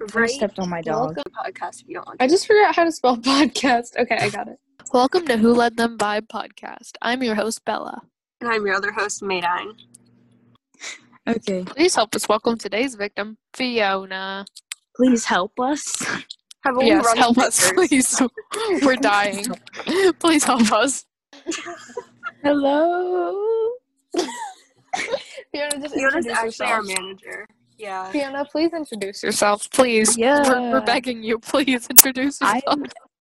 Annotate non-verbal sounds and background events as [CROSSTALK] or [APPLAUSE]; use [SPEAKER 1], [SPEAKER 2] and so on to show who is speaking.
[SPEAKER 1] I
[SPEAKER 2] Right?
[SPEAKER 1] stepped on my dog.
[SPEAKER 2] Welcome to podcast beyond.
[SPEAKER 3] I just forgot how to spell [LAUGHS] podcast. Okay, I got it.
[SPEAKER 4] Welcome to Who Led Them Vibe podcast. I'm your host, Bella.
[SPEAKER 2] and I'm your other host, Maydine.
[SPEAKER 1] Okay.
[SPEAKER 4] Please help us welcome today's victim, Fiona.
[SPEAKER 1] Please help us.
[SPEAKER 2] Have a
[SPEAKER 4] Yes,
[SPEAKER 3] [LAUGHS]
[SPEAKER 2] run
[SPEAKER 4] help us, please. We're dying. [LAUGHS] please help us.
[SPEAKER 3] Hello. Fiona, just
[SPEAKER 2] Fiona's
[SPEAKER 3] introduce
[SPEAKER 2] actually our
[SPEAKER 3] yourself.
[SPEAKER 2] manager. Yeah.
[SPEAKER 3] Fiona, please introduce yourself.
[SPEAKER 4] Yourself, please.
[SPEAKER 1] Yeah.
[SPEAKER 4] We're, we're begging you. Please introduce
[SPEAKER 1] I
[SPEAKER 4] yourself.